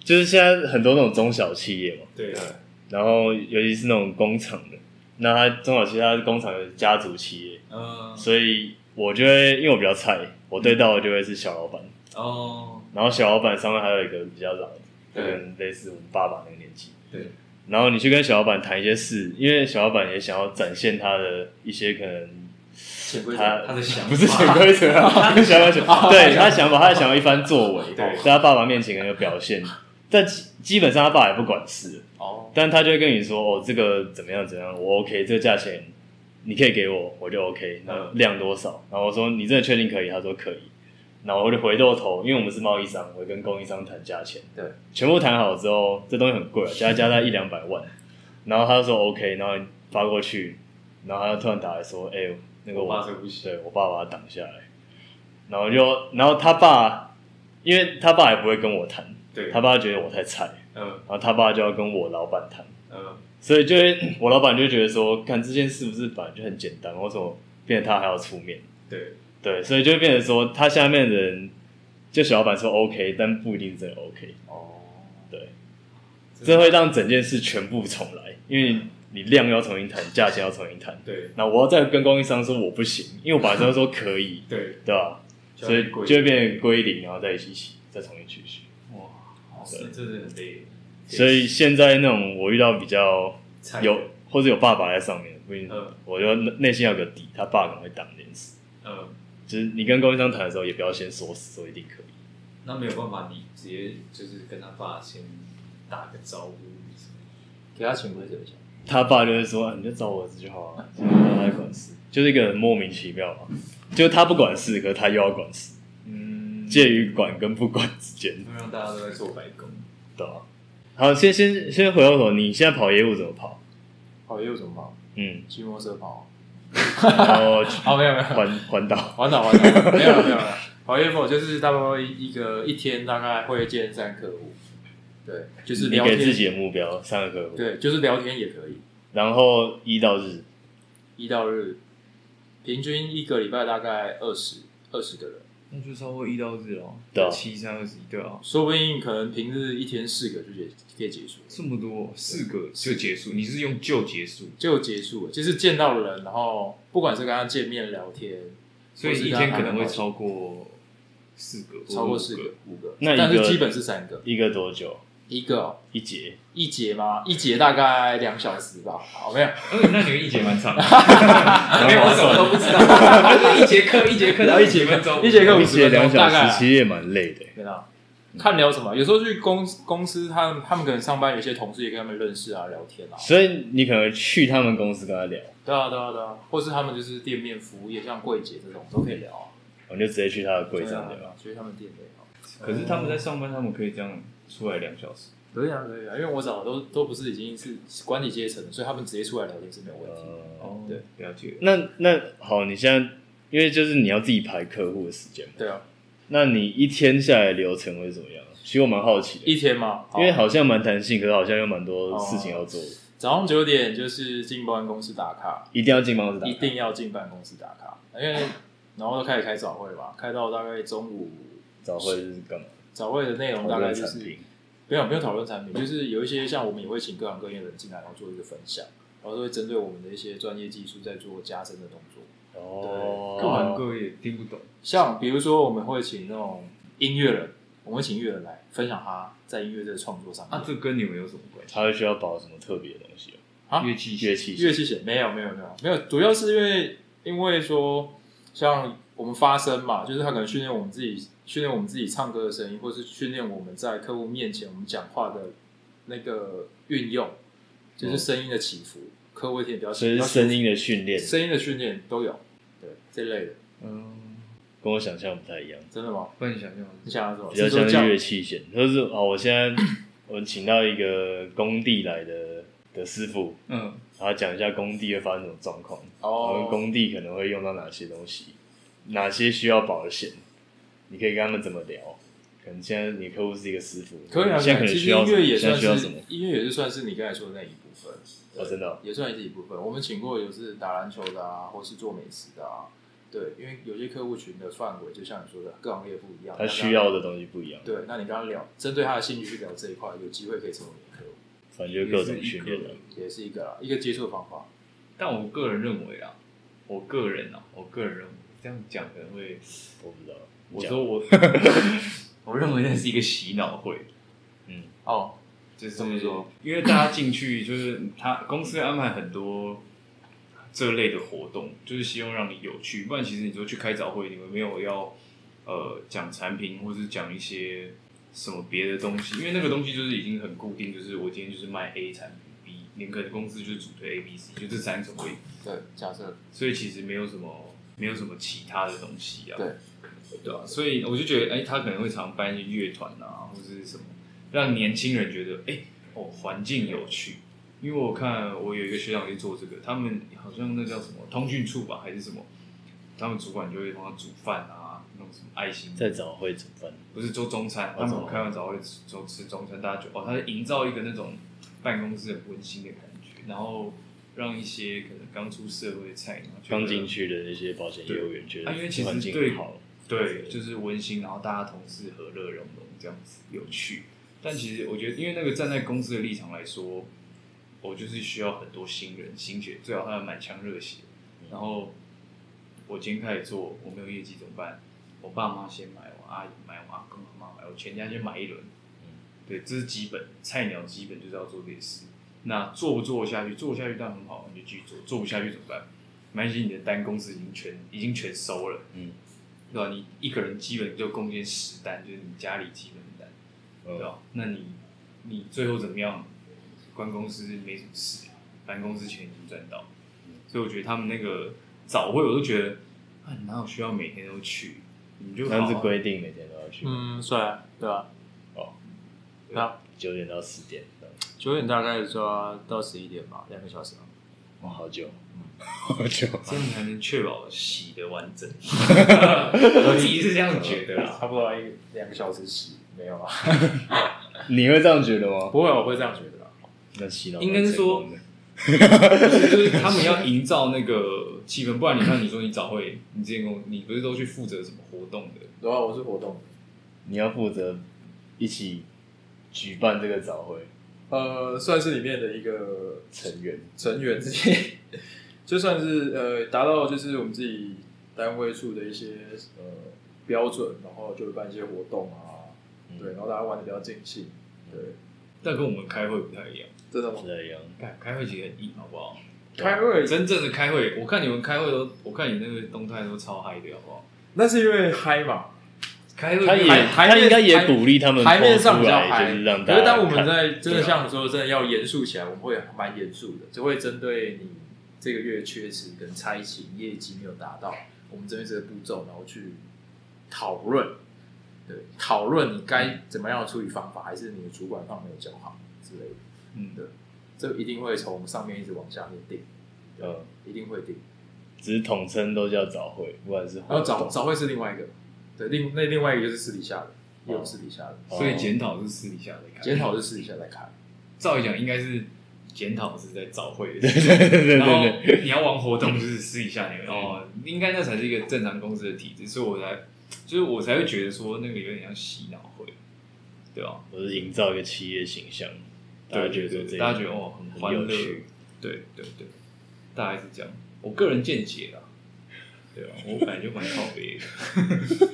Speaker 2: 就是现在很多那种中小企业嘛，
Speaker 1: 对
Speaker 3: 对
Speaker 1: 啊，
Speaker 2: 然后尤其是那种工厂的，那他中小企业他工厂有家族企业，
Speaker 1: 嗯，
Speaker 2: 所以我就会因为我比较菜，我对到的就会是小老板，
Speaker 1: 哦，
Speaker 2: 然后小老板上面还有一个比较老的，就
Speaker 3: 对
Speaker 2: 跟类似我们爸爸那个年纪。
Speaker 1: 对。
Speaker 2: 然后你去跟小老板谈一些事，因为小老板也想要展现他的一些可能
Speaker 3: 潜规
Speaker 2: 他
Speaker 3: 则，
Speaker 1: 他的想法
Speaker 2: 不是潜规则啊，他的想法想，对他想把他想要一番作为，
Speaker 1: 对
Speaker 2: 在他爸爸面前很有表现，但基基本上他爸也不管事，
Speaker 3: 哦，
Speaker 2: 但他就会跟你说哦，这个怎么样怎么样，我 OK，这个价钱你可以给我，我就
Speaker 1: 嗯
Speaker 2: OK，那量多少？然后我说你真的确定可以？他说可以，然后我就回过头，因为我们是贸易商，我会跟供应商谈价钱，
Speaker 3: 对，
Speaker 2: 全部谈好之后，这东西很贵啊，加加在一两百万，然后他就说 OK，然后发过去，然后他就突然打来说，哎、那个
Speaker 1: 我爸这不行，
Speaker 2: 对我爸把他挡下来，然后就，然后他爸，因为他爸也不会跟我谈，
Speaker 1: 对，
Speaker 2: 他爸觉得我太菜，
Speaker 1: 嗯
Speaker 2: 然后他爸就要跟我老板谈，
Speaker 1: 嗯，
Speaker 2: 所以就会我老板就会觉得说，看这件事不是本来就很简单，为什么变得他还要出面？
Speaker 1: 对，
Speaker 2: 对，所以就会变成说，他下面的人就小老板说 OK，但不一定是真的 OK，
Speaker 3: 哦，
Speaker 2: 对，这会让整件事全部重来，因为你量要重新谈，价钱要重新谈，
Speaker 1: 对
Speaker 2: 那我要再跟供应商说我不行，因为我本来就说可以。
Speaker 1: 对，
Speaker 2: 对吧、
Speaker 1: 就
Speaker 2: 所
Speaker 1: 要
Speaker 2: 以
Speaker 1: 去跪
Speaker 2: 就会变成归零，然后再一起洗，再重新去洗。
Speaker 1: 哇，这真的很累，
Speaker 2: 所以现在那种我遇到比较
Speaker 1: 菜的
Speaker 2: 有或者有爸爸在上面，不一定
Speaker 1: 嗯，
Speaker 2: 我就内心要有个底，他爸可能会挡这件事。
Speaker 1: 嗯，
Speaker 2: 就是你跟供应商谈的时候，也不要先说死说一定可以，
Speaker 1: 那没有办法，你直接就是跟他爸先打个招呼，什么
Speaker 3: 给他潜规则一下，
Speaker 2: 他爸就会说、啊、你就找我儿子就好了、现在不要他管事，就是一个很莫名其妙嘛。就是他不管事，可是他又要管事，
Speaker 3: 嗯，
Speaker 2: 介于管跟不管之间，
Speaker 1: 会让大家都在做白工。
Speaker 2: 对吧、好，先先先回到头，你现在跑业务怎么跑？
Speaker 3: 跑业务怎么跑？
Speaker 2: 嗯，
Speaker 3: 骑摩托车跑？
Speaker 2: 然后去
Speaker 3: 哦，没有没有，
Speaker 2: 环环岛。
Speaker 3: 环岛环岛，没有没有没有，跑业务就是大概一个一天大概会见三客户，对，就是
Speaker 2: 你
Speaker 3: 聊
Speaker 2: 给自
Speaker 3: 天，
Speaker 2: 己的目标三个客户，
Speaker 3: 对，就是聊天也可以，
Speaker 2: 然后一到日，
Speaker 3: 一到日，平均一个礼拜大概二十二十个人，
Speaker 4: 那就超过一到日哦，
Speaker 2: 对啊
Speaker 4: 七三二十一，对啊，
Speaker 3: 说不定可能平日一天四个就结可以结束，
Speaker 4: 这么多四个就结束，你是用就结束，
Speaker 3: 就结束了，就是见到人，然后不管是跟他见面聊天，
Speaker 4: 所以一天可能会超过四个，
Speaker 3: 超过四
Speaker 4: 或者
Speaker 3: 个五个，
Speaker 2: 那一个
Speaker 3: 但是基本是三个，
Speaker 2: 一个多久？
Speaker 3: 一个哦
Speaker 2: 一节？
Speaker 3: 一节吗？一节大概两小时吧，好没有。
Speaker 4: 五个。嗯，那你们一节蛮长的，
Speaker 1: 没有，我什么都不 知道。一节课，一节课，然后一节分钟，
Speaker 3: 一节课
Speaker 2: 一
Speaker 3: 五
Speaker 2: 节
Speaker 3: 十
Speaker 2: 两
Speaker 3: 分
Speaker 2: 小
Speaker 3: 钟，大概
Speaker 2: 时，
Speaker 3: 啊
Speaker 2: 其实也蛮累的。
Speaker 3: 对啊。看聊什么？有时候去公公司，他们他们可能上班，有些同事也跟他们认识啊，聊天啊。
Speaker 2: 所以你可能去他们公司跟他聊，
Speaker 3: 对啊，对啊，对啊。或是他们就是店面服务业，像柜姐这种都可以聊啊。
Speaker 2: 我就直接去他的柜
Speaker 3: 对
Speaker 2: 上
Speaker 3: 啊，对
Speaker 2: 聊。
Speaker 3: 啊所以他们店也好。
Speaker 4: 可是他们在上班，他们可以这样出来两小时。
Speaker 3: 可以啊，可以啊，因为我找的都都不是已经是管理阶层了，所以他们直接出来聊天是没有问题。
Speaker 2: 呃，
Speaker 4: 哦，
Speaker 3: 对，
Speaker 4: 了解。
Speaker 2: 那那好，你现在因为就是你要自己排客户的时间嘛，
Speaker 3: 对啊，
Speaker 2: 那你一天下来流程会怎么样？其实我蛮好奇的，
Speaker 3: 一哦天嘛，好
Speaker 2: 因为好像蛮弹性，可是好像有蛮多事情要做的，
Speaker 3: 早上九点就是进办公室打卡，
Speaker 2: 一定要进办公室打
Speaker 3: 一
Speaker 2: 卡。
Speaker 3: 定要进办公室打卡，因为然后就开始开早会嘛，开到大概中午，
Speaker 2: 早会是干嘛？
Speaker 3: 早会的内容大
Speaker 2: 讨
Speaker 3: 概
Speaker 2: 论
Speaker 3: 就
Speaker 2: 产
Speaker 3: 是
Speaker 2: 品。
Speaker 3: 没有没有讨论产品，就是有一些像我们也会请各行各业的人进来，然后做一个分享，然后都会针对我们的一些专业技术在做加深的动作。
Speaker 2: 哦，
Speaker 4: 各行各业听不懂，
Speaker 3: 像比如说我们会请那种音乐人，我们会请音乐人来分享他在音乐这个创作上面。
Speaker 4: 啊，这跟你们有什么关系？
Speaker 2: 他会需要保什么特别的东西吗
Speaker 3: 啊
Speaker 4: 乐器
Speaker 2: 乐器
Speaker 3: 乐器弦没有没有没有没有，主要是因为因为说像我们发声嘛，就是他可能训练我们自己训练我们自己唱歌的声音，或是训练我们在客户面前我们讲话的那个运用，就是声音的起伏，客户一听比较
Speaker 2: 所嗯以是声音的训练，
Speaker 3: 声音的训练都有，对这类的，
Speaker 4: 嗯，
Speaker 2: 跟我想象不太一样，
Speaker 3: 真的吗？
Speaker 4: 不然你想象，
Speaker 3: 你想要什么？
Speaker 2: 比较
Speaker 3: 哦是说
Speaker 2: 像
Speaker 3: 叫
Speaker 2: 是乐器弦。就是哦，我现在我请到一个工地来的的师傅，
Speaker 4: 嗯，
Speaker 2: 然后讲一下工地会发生什么状况，然后
Speaker 3: 哦，
Speaker 2: 工地可能会用到哪些东西，哪些需要保的险，你可以跟他们怎么聊。可能现在你客户是一个师傅，
Speaker 3: 可以啊，
Speaker 2: 你现在可能
Speaker 3: 其
Speaker 2: 需
Speaker 3: 实
Speaker 2: 要
Speaker 3: 音
Speaker 2: 什么
Speaker 3: 乐也
Speaker 2: 现在
Speaker 3: 算
Speaker 2: 需要什
Speaker 3: 是
Speaker 2: 么？
Speaker 3: 音乐也是算是你刚才说的那一部分，
Speaker 2: 哦，真的哦，
Speaker 3: 也算是一部分。我们请过有是打篮球的啊，或是做美食的啊，对，因为有些客户群的范围，就像你说的，各行各业不一样，
Speaker 2: 他
Speaker 3: 那
Speaker 2: 需要的东西不一样，
Speaker 3: 啊对，那你刚刚聊针对他的兴趣去聊这一块，有机会可以成为你的客户，
Speaker 2: 反正就是各种训练的。
Speaker 3: 也是一个啦，一个接触的方法。
Speaker 4: 但我个人认为啊，我个人啊，我个人认为这样讲可能会，
Speaker 2: 我不知道，
Speaker 4: 我
Speaker 2: 讲
Speaker 4: 说我， 我认为那是一个洗脑会，
Speaker 2: 嗯，
Speaker 3: 哦，
Speaker 4: 就是
Speaker 3: 这么说，
Speaker 4: 因为大家进去就是他公司安排很多
Speaker 1: 这类的活动，就是希望让你有趣。不然其实你说去开早会，你们没有要呃讲产品或是讲一些什么别的东西，因为那个东西就是已经很固定，就是我今天就是卖 A 产品 B，你们可能公司就是主推 A、B、C，就这三种而已。
Speaker 3: 对，假设
Speaker 1: 所以其实没有什么没有什么其他的东西啊。
Speaker 3: 对，
Speaker 1: 对啊，所以我就觉得，哎、他可能会常办一些乐团啊，或者是什么，让年轻人觉得，哎、哦，环境有趣。因为我看我有一个学长也做这个，他们好像那叫什么通讯处吧，还是什么，他们主管就会帮他煮饭啊，弄什么爱心，
Speaker 2: 再早会怎么办？
Speaker 1: 不是做中餐，他们开完早会就吃中餐，大家就哦，他营造一个那种办公室很温馨的感觉，然后让一些可能刚出社会的菜鸟觉得
Speaker 2: 刚进去的那些保险业务员觉得
Speaker 1: 啊因为其实
Speaker 2: 环境
Speaker 1: 对
Speaker 2: 很好，
Speaker 1: 对，就是温馨，然后大家同事和乐融融这样子，有趣。但其实我觉得，因为那个站在公司的立场来说，我就是需要很多新人、新血，最好他们满腔热血。然后我今天开始做，我没有业绩怎么办？我爸妈先买，我阿姨买，我阿公阿妈买，我全家先买一轮。对，这是基本菜鸟基本就是要做这些事。那做不做得下去？做得下去当然很好，你就继续做；做不下去怎么办？没关系，你的单公司已经全已经全收了。
Speaker 2: 嗯，
Speaker 1: 对吧、你一个人基本就贡献十单，就是你家里基本的单，
Speaker 2: 哦
Speaker 3: 啊
Speaker 1: 对
Speaker 2: 嗯
Speaker 1: 吧、那你你最后怎么样？关公司没什么事，办公司钱已经赚到，所以我觉得他们那个早会，我都觉得啊，哪有需要每天都去？你就好啊
Speaker 2: 但
Speaker 1: 好
Speaker 2: 是规定每天都要去，
Speaker 3: 嗯，算了，对吧、
Speaker 2: 哦，
Speaker 3: 对啊，
Speaker 2: 九点到十点，这样
Speaker 3: 九点大概抓到十一点吧，两个小时啊。
Speaker 2: 哇，好久，好久，
Speaker 1: 这样才能确保洗的完整。我自己是这样觉得啦。
Speaker 3: 差不多啊一两个小时洗没有啊？
Speaker 2: 你会这样觉得吗？
Speaker 3: 不会，啊我不会这样觉得啦。
Speaker 2: 那洗脑
Speaker 1: 应该是说
Speaker 2: 蛮成功的
Speaker 1: 就是他们要营造那个气氛，不然你看，你说你早会，你之前跟我，你不是都去负责什么活动的？
Speaker 3: 对啊，我是活动。
Speaker 2: 你要负责一起举办这个早会
Speaker 3: 呃，算是里面的一个
Speaker 2: 成员，
Speaker 3: 成员自己， 就算是呃达到就是我们自己单位数的一些呃标准，然后就会办一些活动啊，
Speaker 2: 嗯
Speaker 3: 对，然后大家玩的比较尽兴，对，
Speaker 1: 但跟我们开会不太一样。
Speaker 3: 真的吗？
Speaker 2: 这样
Speaker 1: 干开会其实很硬，好不好？
Speaker 3: 开会
Speaker 1: 真正的开会，我看你们开会都，我看你那个动态都超嗨的，好不好？
Speaker 3: 那是因为嗨嘛，
Speaker 1: 开会
Speaker 2: 他也
Speaker 3: 台台面
Speaker 2: 他应该也鼓励他们
Speaker 3: 台面
Speaker 2: po
Speaker 3: 上
Speaker 2: 出
Speaker 3: 比较
Speaker 2: 来，
Speaker 3: 嗨，
Speaker 2: 就是让大
Speaker 3: 可
Speaker 2: 家
Speaker 3: 是当我们
Speaker 2: 看
Speaker 3: 在真
Speaker 2: 对
Speaker 3: 的
Speaker 2: 啊
Speaker 3: 像你说的，真的要严肃起来，我们会蛮严肃的，就会针对你这个月缺失跟差勤业绩没有达到，我们针对这个步骤，然后去讨论，对，讨论你该怎么样的处理方法，还是你的主管方没有教好之类的，
Speaker 1: 嗯
Speaker 3: 对，这一定会从上面一直往下面定，
Speaker 2: 嗯，
Speaker 3: 一定会定。
Speaker 2: 只是统称都叫早会，不管是活
Speaker 3: 然 后早
Speaker 2: 动
Speaker 3: 早会是另外一个，对，另那另外一个就是私底下的，也有私底下的，
Speaker 2: 哦
Speaker 1: 所以检讨是私底下在开，
Speaker 3: 检讨是私底下在开。
Speaker 1: 照理讲应该是检讨是在早会的，
Speaker 2: 对对对
Speaker 1: 然后
Speaker 2: 对
Speaker 1: 你要玩活动就是私底下你们哦，应该那才是一个正常公司的体制，所以我才就是我才会觉得说那个有点像洗脑会，对吧？
Speaker 2: 我是营造一个企业形象，大家觉得说
Speaker 1: 对
Speaker 2: 这
Speaker 1: 大家觉得哦很欢乐
Speaker 2: 有趣，
Speaker 1: 对对对，大概是这样。我个人见解啦，对吧？我本来就蛮靠北的，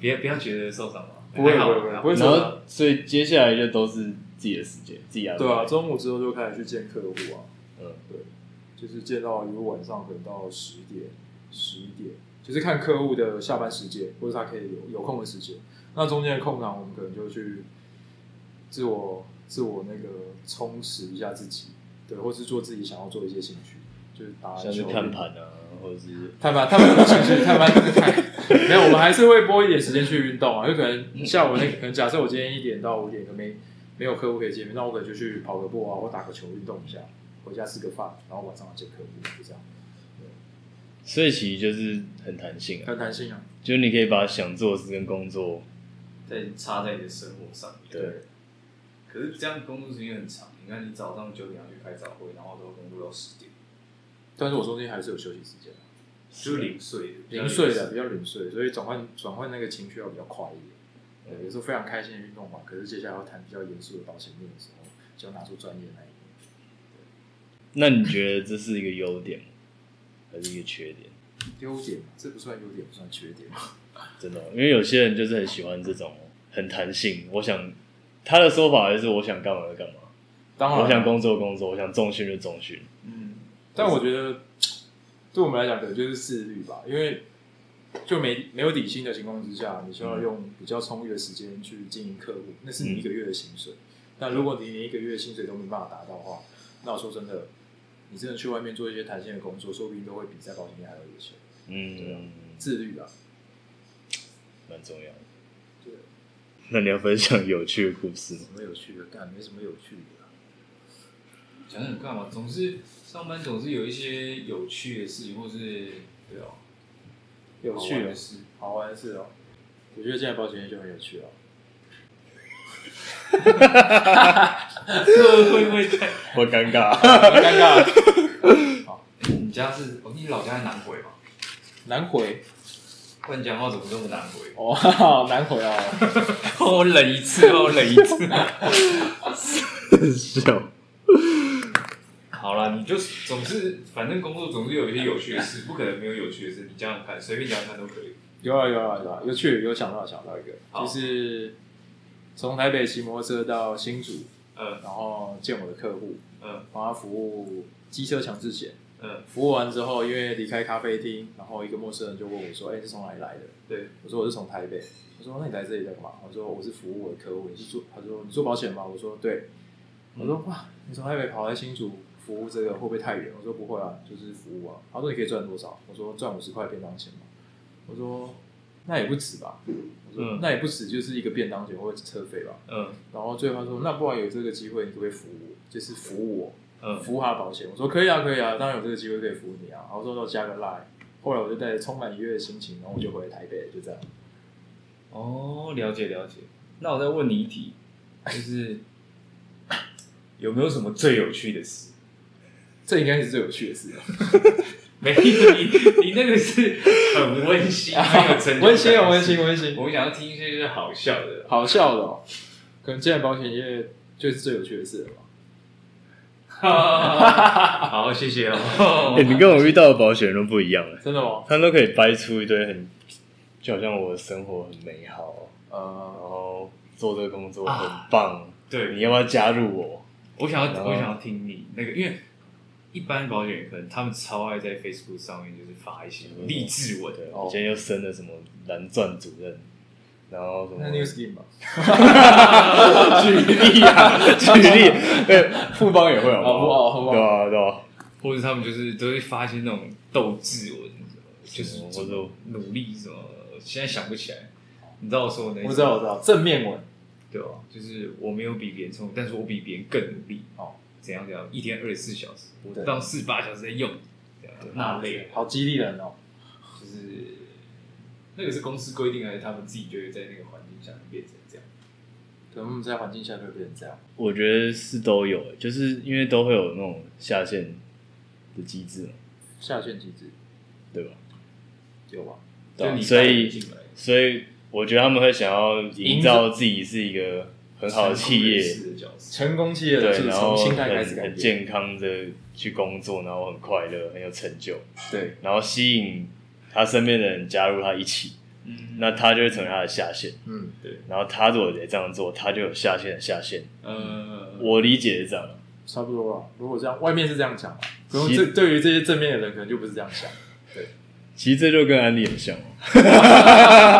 Speaker 1: 别不要觉得受伤了，
Speaker 3: 不会
Speaker 1: 还好啊
Speaker 3: 不会不会
Speaker 1: 还好
Speaker 3: 不会
Speaker 2: 然后所以接下来就都是自己的时间，自己安排，
Speaker 3: 对啊，中午之后就开始去见客户啊，
Speaker 2: 嗯，
Speaker 3: 就是见到比如晚上可能到十点、十一点，就是看客户的下班时间，或者他可以有有空的时间。那中间的空档，我们可能就去自我自我那个充实一下自己，对，或是做自己想要做的一些兴趣，就是打篮
Speaker 2: 像是
Speaker 3: 球、
Speaker 2: 看盘啊，或者是
Speaker 3: 探班、探班不兴趣，探班真的太没有，我们还是会拨一点时间去运动啊。就可能下午那可能假设我今天一点到五点可能没没有客户可以见面，那我可能就去跑个步啊，或打个球运动一下，回家吃个饭，然后晚上来见客户，就这样，
Speaker 2: 所以其实就是很弹性啊，
Speaker 3: 很弹性啊。
Speaker 2: 就是你可以把想做的事跟工作，
Speaker 1: 再插在你的生活上面。
Speaker 2: 对，
Speaker 1: 可是这样工作时间很长，你看你早上九点要去开早会，然后都工作到十点，
Speaker 3: 但是我中间还是有休息时间啊，
Speaker 1: 就是零碎的，
Speaker 3: 零碎的比较零碎，所以转换转换那个情绪要比较快一点。对，有时候非常开心的运动嘛，可是接下来要谈比较严肃的保险面的时候，就要拿出专业那一面。
Speaker 2: 那你觉得这是一个优点吗还是一个缺点？
Speaker 3: 优点嘛，这不算优点，不算缺点。
Speaker 2: 真的哦，因为有些人就是很喜欢这种很弹性，我想他的说法就是我想干嘛就干嘛，
Speaker 3: 当
Speaker 2: 我想工作工作，我想重训就重训，
Speaker 3: 嗯，但我觉得对我们来讲，可能就是自律吧，因为就没没有底薪的情况之下，你需要用比较充裕的时间去经营客户，那是你一个月的薪水。那如果你连一个月的薪水都没办法达到的话，那我说真的，你真的去外面做一些弹性的工作，说不定都会比在保险业还要有钱。
Speaker 2: 嗯，
Speaker 3: 自律啊，
Speaker 2: 蛮重要的。
Speaker 3: 对，
Speaker 2: 那你要分享有趣的故事 吗？
Speaker 3: 什么有趣的干，没什么有趣的、啊。
Speaker 1: 讲讲干嘛？总是上班总是有一些有趣的事情，或是对 哦，
Speaker 3: 有
Speaker 1: 好
Speaker 3: 趣
Speaker 1: 玩
Speaker 3: 的
Speaker 1: 的事。
Speaker 3: 好玩的事哦，我觉得现在保险业就很有趣哦。
Speaker 1: 这会不会太
Speaker 2: 我尴尬，
Speaker 3: 很尴尬，啊
Speaker 1: 你家是哦？你老家在南回嘛？
Speaker 3: 难回
Speaker 1: 不然讲话怎么这么难 回？
Speaker 3: 哦， 哈哈难回啊。
Speaker 1: 哦我忍一 次，我忍一次。
Speaker 2: 笑。
Speaker 1: 好了，你就总是反正工作总是有一些有趣的 事，不可能没有有趣的事。你讲讲看，随便讲讲看都可以。
Speaker 3: 有啊有啊有啊，有趣有想到想到一个，
Speaker 1: 好
Speaker 3: 就是从台北骑摩托车到新竹，
Speaker 1: 嗯
Speaker 3: 然后见我的客户，
Speaker 1: 嗯
Speaker 3: 帮他服务机车强制险。
Speaker 1: 嗯，
Speaker 3: 服务完之后，因为离开咖啡厅，然后一个陌生人就问我说：“哎、你是从哪里来的
Speaker 1: 对，？”
Speaker 3: 我说：“我是从台北。”他说：“那你来这里干嘛？”我说：“我是服务我的客户。”你是做？他说：“你做保险吗？”我说：“对。”我说：“哇，你从台北跑来新竹服务这个会不会太远？”我说：“不会啊，就是服务啊。”他说：“你可以赚多少？”我说：“赚五十块便当钱嘛。”我说：“那也不止吧。”我说：“
Speaker 1: 嗯
Speaker 3: 那也不止，就是一个便当钱或者车费吧。”
Speaker 1: 嗯
Speaker 3: 然后最后他说：“那不然有这个机会，你可不可以服务我？就是服务我。”
Speaker 1: 嗯
Speaker 3: 服务他的保险。我说可以啊，可以啊，当然有这个机会可以服务你啊。然后说那我加个 line，后来我就带着充满愉悦的心情，然后我就回台北了，就这样。
Speaker 1: 哦，了解了解。那我再问你一题，就是有没有什么最有趣的事？
Speaker 3: 这应该是最有趣 的事了，
Speaker 1: 没，你你那个是很温馨，很有 成就感
Speaker 3: 温馨啊，温。馨，温馨，
Speaker 1: 我想要听一些就是好笑 的。
Speaker 3: 好笑的哦。可能现在保险业就是最有趣的事了吧？
Speaker 1: 好，谢谢
Speaker 2: 欸、
Speaker 1: 哦。
Speaker 2: 你跟我遇到的保险人都不一样啊了，
Speaker 3: 真的吗？
Speaker 2: 他们都可以掰出一堆很，就好像我的生活很美好，然
Speaker 3: 呃，
Speaker 2: 后做这个工作很棒，
Speaker 1: 对
Speaker 2: 你，要不要加入我？
Speaker 1: 我想要
Speaker 2: 然后
Speaker 1: 我想要听你那个，因为一般保险可能他们超爱在 Facebook 上面就是发一些励志文，
Speaker 2: 对，
Speaker 3: 哦
Speaker 2: 我今天又升了什么蓝钻主任，然后什么
Speaker 3: 那 New Skin 吧，
Speaker 2: 举例 啊，举例，对，富邦也会好不
Speaker 3: 哦
Speaker 2: 好？
Speaker 3: 富邦
Speaker 2: 对啊，对啊，
Speaker 1: 或者他们就是都会发一些那种斗志文，就是
Speaker 2: 我都
Speaker 1: 努力什么，现在想不起来。你知道我说的那一
Speaker 3: 我
Speaker 1: 种
Speaker 3: 知道，我知道，正面文
Speaker 1: 对吧？就是我没有比别人聪明，但是我比别人更努力。
Speaker 3: 哦，
Speaker 1: 怎样怎样，一天二十四小时，我
Speaker 3: 对
Speaker 1: 当四十八小时在用，这样那累了。
Speaker 3: 好激励人哦。
Speaker 1: 就是那个是公司规定，还是他们自己觉得在那个环境下变成这样？
Speaker 3: 可能我们在环境下就会变成这样。
Speaker 2: 我觉得是都有、欸，就是因为都会有那种下线的机制嘛，
Speaker 3: 下线机制
Speaker 2: 对吧？
Speaker 3: 有吧？
Speaker 2: 对啊
Speaker 1: 就你
Speaker 2: 所以
Speaker 1: 进来
Speaker 2: 所以我觉得他们会想要营造自己是一个很好的企业，
Speaker 1: 成功人士的角色，
Speaker 3: 成功企业的
Speaker 2: 对，
Speaker 3: 是
Speaker 2: 然
Speaker 3: 从
Speaker 2: 后
Speaker 3: 心
Speaker 2: 很
Speaker 3: 态开始改
Speaker 2: 很
Speaker 3: 变，
Speaker 2: 健康的去工作，然后很快乐，很有成就，
Speaker 3: 对，
Speaker 2: 然后吸引他身边的人加入他一起，
Speaker 1: 嗯
Speaker 2: 那他就会成为他的下线，
Speaker 3: 嗯，
Speaker 2: 然后他如果也这样做，他就有下线的下线。
Speaker 1: 呃，
Speaker 2: 我理解是这样，
Speaker 3: 差不多了。如果这样，外面是这样讲啊，可能
Speaker 2: 其
Speaker 3: 这对于这些正面的人，可能就不是这样想。
Speaker 2: 其实这就跟安利很像哦，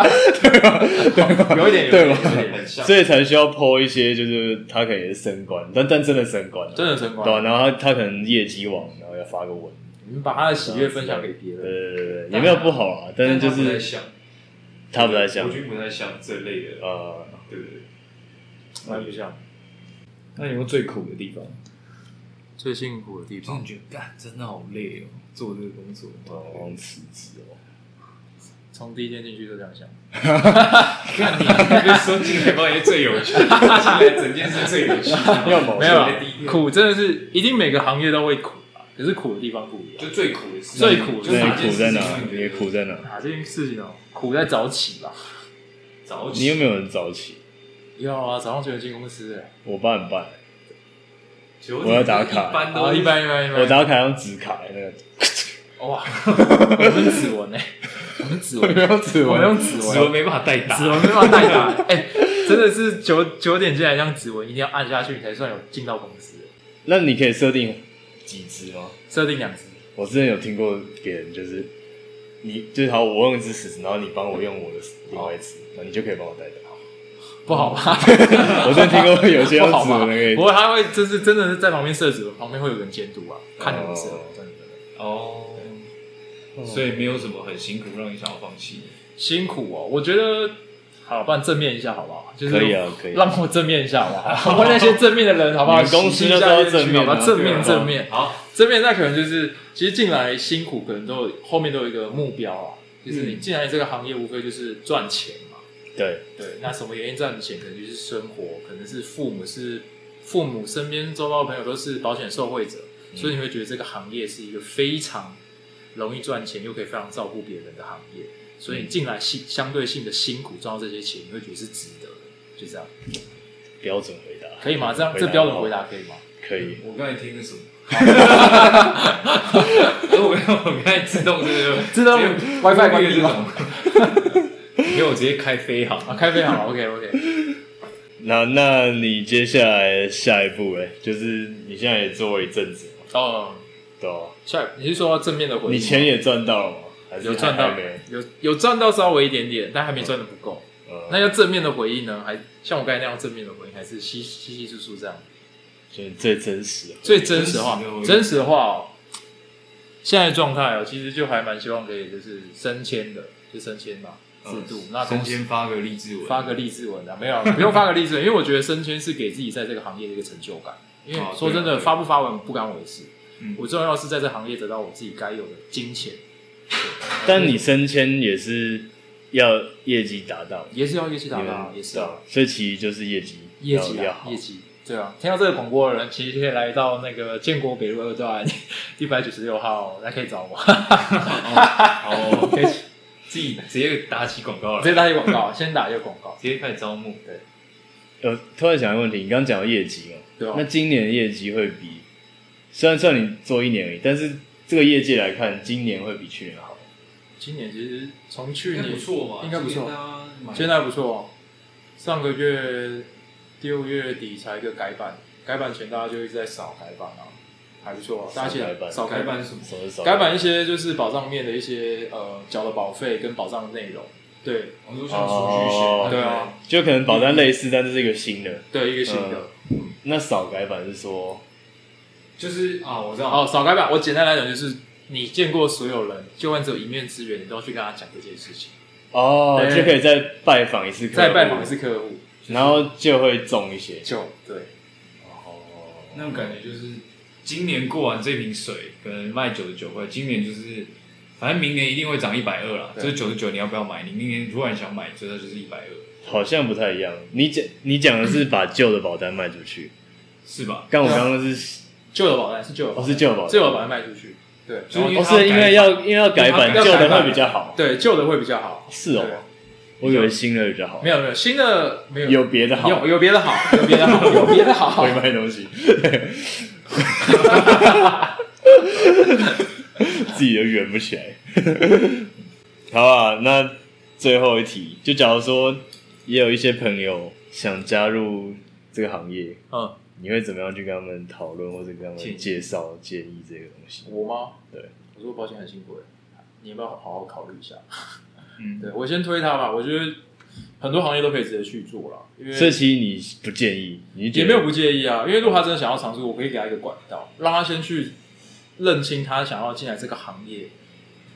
Speaker 3: 有一点，有一
Speaker 2: 对
Speaker 3: 点，
Speaker 2: 吧
Speaker 3: 有一点
Speaker 1: 很像，
Speaker 2: 所以才需要剖一些，就是他可能也是升官，但但真的升官了，
Speaker 3: 真的成功
Speaker 2: 对啊，
Speaker 3: 了。
Speaker 2: 然后他他可能业绩王，然后要发个文，
Speaker 3: 你们把他的喜悦分享给别
Speaker 2: 对
Speaker 3: 人，
Speaker 2: 对对对，也没有不好啊， 但是就
Speaker 1: 他不太
Speaker 2: 是
Speaker 1: 像，
Speaker 2: 他不太像
Speaker 1: 国，军不太像这类的，
Speaker 2: 呃，
Speaker 1: 对不对？
Speaker 3: 蛮不像。
Speaker 1: 那有没有最苦的地方？
Speaker 3: 最辛苦的地
Speaker 1: 真
Speaker 3: 方
Speaker 1: 的，觉得干真的好累哦，做这个工 作，
Speaker 2: 好像辞职哦，
Speaker 3: 从第一天进去就这样想。
Speaker 1: 看你那个时候进来发现最有趣，进来整件事最有趣，
Speaker 2: 要么
Speaker 3: 没有啊
Speaker 1: 第一天
Speaker 3: 苦，真的是一定每个行业都会苦啊，可是苦的地方不一样。
Speaker 1: 就最苦的事，
Speaker 3: 最苦的
Speaker 1: 就
Speaker 2: 对，
Speaker 1: 哪件
Speaker 2: 苦
Speaker 1: 事
Speaker 2: 在
Speaker 1: 情
Speaker 2: 哪？
Speaker 1: 让
Speaker 2: 你
Speaker 1: 你
Speaker 2: 也
Speaker 1: 觉得
Speaker 2: 苦在哪？
Speaker 3: 哪这件事情哦，苦在早起吧。
Speaker 1: 早
Speaker 2: 你有
Speaker 1: 起
Speaker 2: 没有很早起？
Speaker 3: 要啊，早上九点进公司，
Speaker 2: 我八点半，
Speaker 1: 九
Speaker 2: 我
Speaker 1: 点
Speaker 2: 要打卡啊
Speaker 1: 一般
Speaker 3: 然
Speaker 1: 都
Speaker 3: 后一般一般一般。
Speaker 2: 我打卡用纸卡欸那个，
Speaker 3: 哇，我们指纹呢？ 我们指纹，
Speaker 2: 用指
Speaker 3: 我们用指纹
Speaker 1: 指，纹没办法代打，
Speaker 3: 指纹没办法代打，哎、真的是九九点进来，这样指纹一定要按下去，你才算有进到公司。
Speaker 2: 那你可以设定几只吗？
Speaker 3: 设定两只，
Speaker 2: 我之前有听过别人就是你就是好，我用一只食指，然后你帮我用我的另外一只，那你就可以帮我代 打。
Speaker 3: 不好吧？
Speaker 2: 我真的听过嗯有些
Speaker 3: 不
Speaker 2: 用
Speaker 3: 好
Speaker 2: 指
Speaker 3: 吧？
Speaker 2: 纹的
Speaker 3: 不
Speaker 2: 可以，
Speaker 3: 过他会就是真的是在旁边射指，旁边会有人监督啊，看你们射
Speaker 2: 哦，
Speaker 3: 真的真的
Speaker 4: 哦，所以没有什么很辛苦让你想要放弃。
Speaker 3: 辛苦哦。我觉得好，不然正面一下好不好？就是
Speaker 2: 可以啊，可以。
Speaker 3: 让我正面一下好不好？我那些正面的人好不好？
Speaker 2: 你们公司
Speaker 3: 洗一
Speaker 2: 就是
Speaker 3: 下
Speaker 2: 要
Speaker 3: 冤屈
Speaker 2: 正面啊
Speaker 3: 好吧？正面
Speaker 2: 对啊
Speaker 3: 正面，
Speaker 4: 好，
Speaker 3: 正面那可能就是其实进来辛苦，可能都有后面都有一个目标啊，就是
Speaker 2: 嗯
Speaker 3: 你进来这个行业无非就是赚钱嘛。
Speaker 2: 对，
Speaker 3: 对，那什么原因赚钱？可能就是生活，可能是父母是父母身边周遭的朋友都是保险受惠者，所以你会觉得这个行业是一个非常容易赚钱，又可以非常照顾别人的行业。所以你进来性相对性的辛苦赚到这些钱，你会觉得是值得的，就这样，
Speaker 2: 标准回答
Speaker 3: 可以吗？这样
Speaker 2: 回答哦
Speaker 3: 这标准回答可以 吗？
Speaker 2: 可以。
Speaker 1: 我刚才听了什么？ 我刚我刚才自动 就是
Speaker 3: 自动
Speaker 1: 直接
Speaker 3: WiFi 关
Speaker 1: 忽略
Speaker 3: 闭
Speaker 1: 这
Speaker 3: 吗
Speaker 1: 种，没有，我直接开飞好。
Speaker 3: 啊，开飞好了，OK OK，
Speaker 2: 那那你接下来下一步哎，就是你现在也做一阵子嘛，
Speaker 3: 哦，
Speaker 2: 对吧？
Speaker 3: 下一步你是说正面的回应吗？
Speaker 2: 你钱也赚到了吗？还是
Speaker 3: 有赚到
Speaker 2: 还没？
Speaker 3: 有有赚到稍微一点点，但还没赚的不够。
Speaker 2: 嗯，
Speaker 3: 那要正面的回应呢？还像我刚才那样正面的回应，还是稀稀稀疏疏这样？
Speaker 2: 就是最真实的。
Speaker 3: 最真实的话
Speaker 1: 真实的回，应
Speaker 3: 真实的话、哦，现在的状态哦，其实就还蛮希望可以就是升迁的，就升迁嘛，
Speaker 1: 嗯
Speaker 3: 制度。那公
Speaker 1: 先
Speaker 3: 司
Speaker 1: 先发个励志文，
Speaker 3: 发个励志文啊，没有啊，不用发个励志文，因为我觉得升迁是给自己在这个行业的一个成就感。因为
Speaker 1: 哦
Speaker 3: 说真
Speaker 1: 对啊对
Speaker 3: 的，
Speaker 1: 啊
Speaker 3: 发不发文不干我的事
Speaker 1: 嗯，
Speaker 3: 我重要是在这行业得到我自己该有的金钱，
Speaker 2: 但你升迁也是要业绩达到，
Speaker 3: 也是要业绩达
Speaker 2: 对
Speaker 3: 到
Speaker 2: 啊，
Speaker 3: 也是要。
Speaker 2: 所以其实就是业绩
Speaker 3: 业
Speaker 2: 要
Speaker 3: 绩
Speaker 2: 要
Speaker 3: 啊，
Speaker 2: 好
Speaker 3: 业。绩。对啊，听到这个广播的人，其实可以来到那个建国北路二段 一百九十六号，来可以找我，
Speaker 1: 哦，
Speaker 3: 可以
Speaker 1: 自己直接打起广告了，
Speaker 3: 直
Speaker 1: 直
Speaker 3: 接打一个广 告，先打一个广告。
Speaker 1: 接开始招募。对，
Speaker 2: 呃，突然想一个问题，你刚刚讲到业绩嘛，
Speaker 3: 对啊
Speaker 2: 那今年的业绩会比虽然算你做一年而已，但是这个业绩来看，今年会比去年好。
Speaker 3: 今年其实从去
Speaker 1: 应该
Speaker 3: 年
Speaker 1: 不错吧？
Speaker 3: 应该不
Speaker 1: 今年
Speaker 3: 错，
Speaker 1: 大家买
Speaker 3: 现在不错哦。上个月六月底才一个改版，改版前大家就一直在扫改版啊，还不错哦，大家起
Speaker 2: 改
Speaker 3: 来
Speaker 2: 版
Speaker 3: 扫
Speaker 1: 改
Speaker 3: 改版
Speaker 1: 版是什么？
Speaker 2: 什么时候
Speaker 3: 改版一些就是保障面的一些呃缴的保费跟保障的内容，对
Speaker 1: 我说像数据
Speaker 2: 哦
Speaker 1: 学，
Speaker 3: 对啊，
Speaker 2: 就可能保单类似，但是是一个新的。
Speaker 3: 对一个新
Speaker 2: 嗯
Speaker 3: 的。
Speaker 2: 那少改版是说，
Speaker 1: 就是啊，我知道，
Speaker 3: 哦，扫改版，我简单来讲就是，你见过所有人，就算只有一面之缘，你都要去跟他讲这件事情，
Speaker 2: 哦，
Speaker 3: 对
Speaker 2: 就可以再拜访一次客户，
Speaker 3: 再拜访一次，客户，
Speaker 2: 然后就会中一些。
Speaker 3: 就对，
Speaker 1: 那种感觉就是今年过完这瓶水，可能卖九十九块，今年就是。反正明年一定会涨一百二啦，
Speaker 3: 对
Speaker 1: 就是九十九，你要不要买？你明年如果你想买，所以它就是一百二，
Speaker 2: 好像不太一样。你讲你讲的是把旧的保单卖出去，
Speaker 1: 是吧？
Speaker 2: 但我刚刚是
Speaker 3: 旧的保单是旧的保
Speaker 2: 哦
Speaker 3: 单，
Speaker 2: 是旧保
Speaker 3: 旧
Speaker 2: 单，
Speaker 3: 的保单卖出去，对
Speaker 1: 就是
Speaker 2: 哦是因为要因为要改版，
Speaker 1: 因
Speaker 3: 为
Speaker 2: 旧
Speaker 3: 要改版
Speaker 2: 的会比较好。
Speaker 3: 对，旧的会比较好，
Speaker 2: 是
Speaker 3: 对
Speaker 2: 哦，我以为新的比较好
Speaker 3: 没，有没有新的没有
Speaker 2: 有别的好
Speaker 3: 有有别的好， 有别的好，有别的好
Speaker 2: 会，卖东西， 自己都圆不起来。好啊，那最后一题，就假如说也有一些朋友想加入这个行业，
Speaker 3: 嗯，
Speaker 2: 你会怎么样去跟他们讨论，或者跟他
Speaker 1: 建议
Speaker 2: 们介绍建议这个东西？
Speaker 3: 我吗？
Speaker 2: 对，
Speaker 3: 我说保险很辛苦耶，你要不要好好考虑一下？
Speaker 1: 嗯，
Speaker 3: 对我先推他吧，我觉得很多行业都可以直接去做了，因为
Speaker 2: 这期你不建议，你
Speaker 3: 也
Speaker 2: 觉
Speaker 3: 没
Speaker 2: 得
Speaker 3: 有不介意啊，因为如果他真的想要尝试，我可以给他一个管道，让他先去认清他想要进来这个行业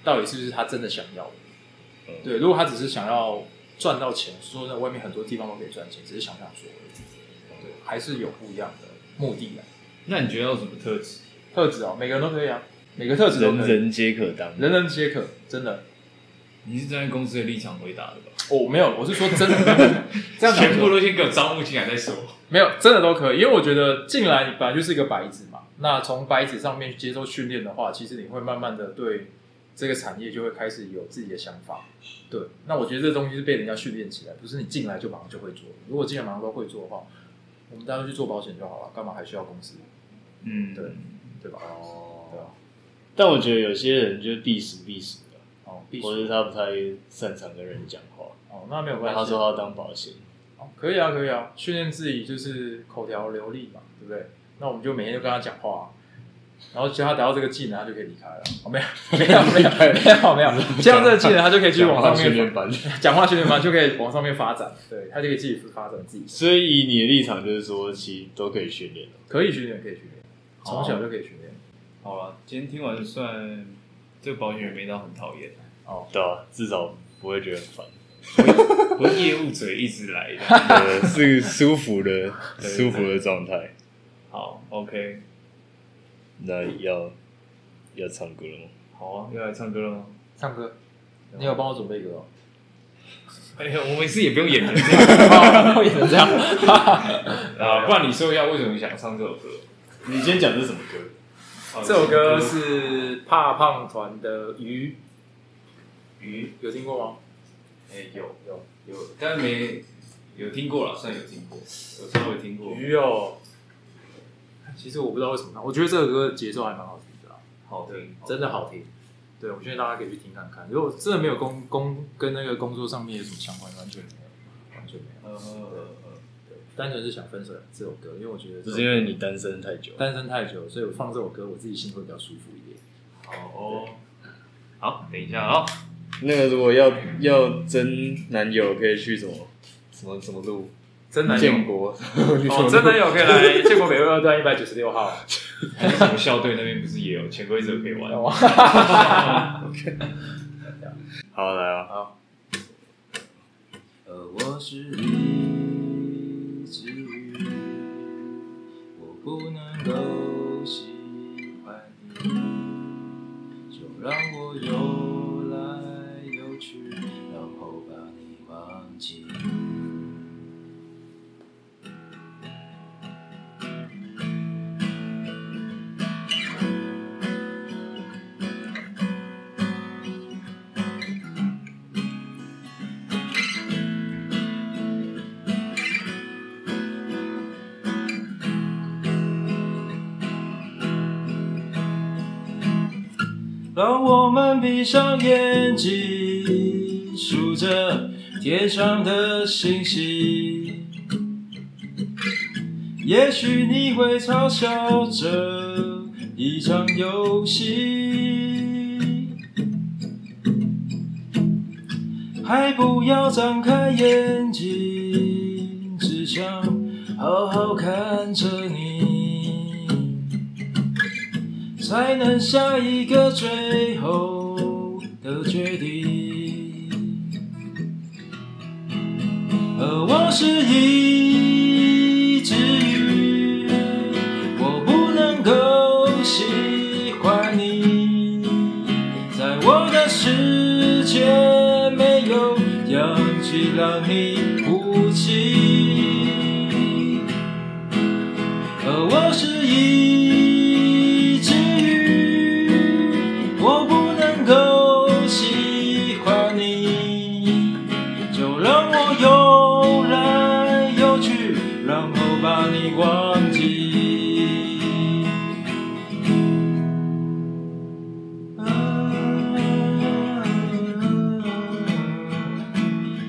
Speaker 3: 到底是不是他真的想要的。
Speaker 2: 嗯
Speaker 3: 对，如果他只是想要赚到钱，说在外面很多地方都可以赚钱，只是想不想做而已，对，还是有不一样的目的的。
Speaker 1: 那你觉得要什么特质？
Speaker 3: 特质哦，每个人都可以啊，每个特质都
Speaker 2: 人
Speaker 3: 可以，
Speaker 2: 人皆可当？
Speaker 3: 人人皆可，真的。
Speaker 1: 你是站在公司的立场回答的吧？
Speaker 3: 哦，没有，我是说真 的，这样讲
Speaker 1: 全部都先给我招募进来再说。
Speaker 3: 没有，真的都可以，因为我觉得进来你本来就是一个白纸嘛。那从白纸上面接受训练的话，其实你会慢慢的对这个产业就会开始有自己的想法。对，那我觉得这东西是被人家训练起来，不是你进来就马上就会做。如果进来马上都会做的话，我们大家去做保险就好了，干嘛还需要公司？
Speaker 1: 嗯，
Speaker 3: 对，对吧？对
Speaker 2: 哦
Speaker 3: 啊，
Speaker 2: 但我觉得有些人就是避暑避暑的，
Speaker 3: 哦，必须
Speaker 2: 或者是他不太擅长跟人讲话，
Speaker 3: 哦，那没有
Speaker 2: 然
Speaker 3: 关系。
Speaker 2: 后他说他要当保险。
Speaker 3: 哦，可以啊，可以啊，训练自己就是口条流利嘛，对不对？那我们就每天就跟他讲话啊、然后只要他达到这个技能，他就可以离开了。哦， 没有，没有，没有，没有，没有， 加上这个技能，他就可以继续往上
Speaker 2: 训
Speaker 3: 面
Speaker 2: 练班。
Speaker 3: 讲话训练班，就可以往上面发展。对，他就可以自己发展自己，
Speaker 2: 所以以你的立场就是说，其实都可以训练的。
Speaker 3: 可以训练，可以训练，从小就可以训练。
Speaker 5: 好了，今天听完算这个保险员没到很讨厌，
Speaker 2: 对啊，至少不会觉得很烦。
Speaker 5: 不是业务嘴一直来的。
Speaker 2: 对，是舒服的、舒服的状态。
Speaker 5: 好，OK，
Speaker 2: 那要要唱歌了吗？
Speaker 5: 好啊，要来唱歌了吗？
Speaker 3: 唱歌，你有帮我准备歌 哦？
Speaker 5: 哎呀，我每次也不用演的，
Speaker 3: 哦我也是这样。
Speaker 6: 啊，不然你说一下为什么你想唱这首歌？
Speaker 2: 你今天讲的是什么歌？
Speaker 6: 哦
Speaker 3: 这首歌是怕胖团的《鱼》，鱼有听过吗？
Speaker 6: 哎，有有有，但没有听过了，算有听过，有稍微听过。
Speaker 3: 鱼哦，哎其实我不知道为什么它，我觉得这首歌的节奏还蛮好听的啊、
Speaker 6: 好听，
Speaker 3: 真的好听。对，我觉得大家可以去听看看。如果真的没有工工跟那个工作上面有什么相关，完全没有，完全没有。
Speaker 6: 呃呃呃，
Speaker 3: 对，单纯是想分手这首歌，因为我觉得
Speaker 2: 就是因为你单身太久。
Speaker 3: 单身太久，所以我放这首歌，我自己心会比较舒服一点。
Speaker 6: 好哦。好，等一下 啊，
Speaker 2: 那个如果要要真男友，可以去什么什么什么路？
Speaker 3: 真男友
Speaker 2: 建国。
Speaker 3: 哦，真男友可以来建国北路二段一百九十六号。
Speaker 6: 什么校队那边不是也有潜规则可以玩？
Speaker 2: 好，来啊！
Speaker 1: 而我是一只鱼，我不能够喜欢你，就让我游来游去，然后把你忘记。让我们闭上眼睛，数着天上的星星。也许你会嘲笑这一场游戏，还不要张开眼睛，只想好好看着你。才能下一个最后的决定。而我是一只鱼，我不能够喜欢你，在我的世界没有氧气让你呼吸。而我是一只鱼，我不能够喜欢你，就让我游来游去，然后把你忘记。啊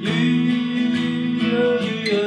Speaker 1: 鱼。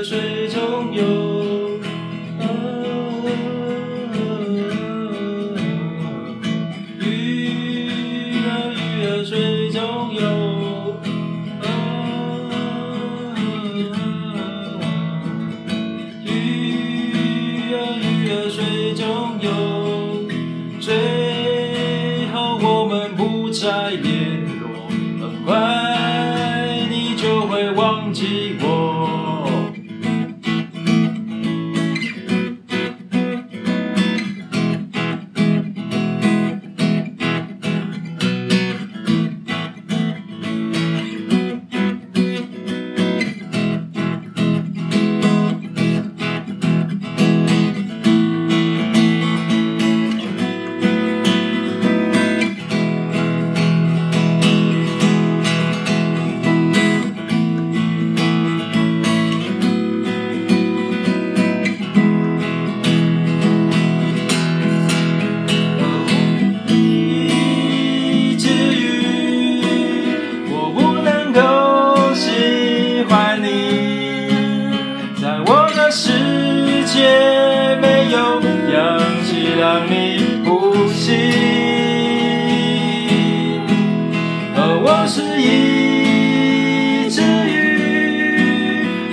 Speaker 3: 是一只鱼，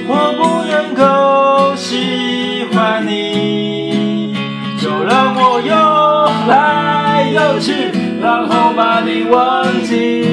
Speaker 3: 我不能够喜欢你，就让我游来游去，然后把你忘记。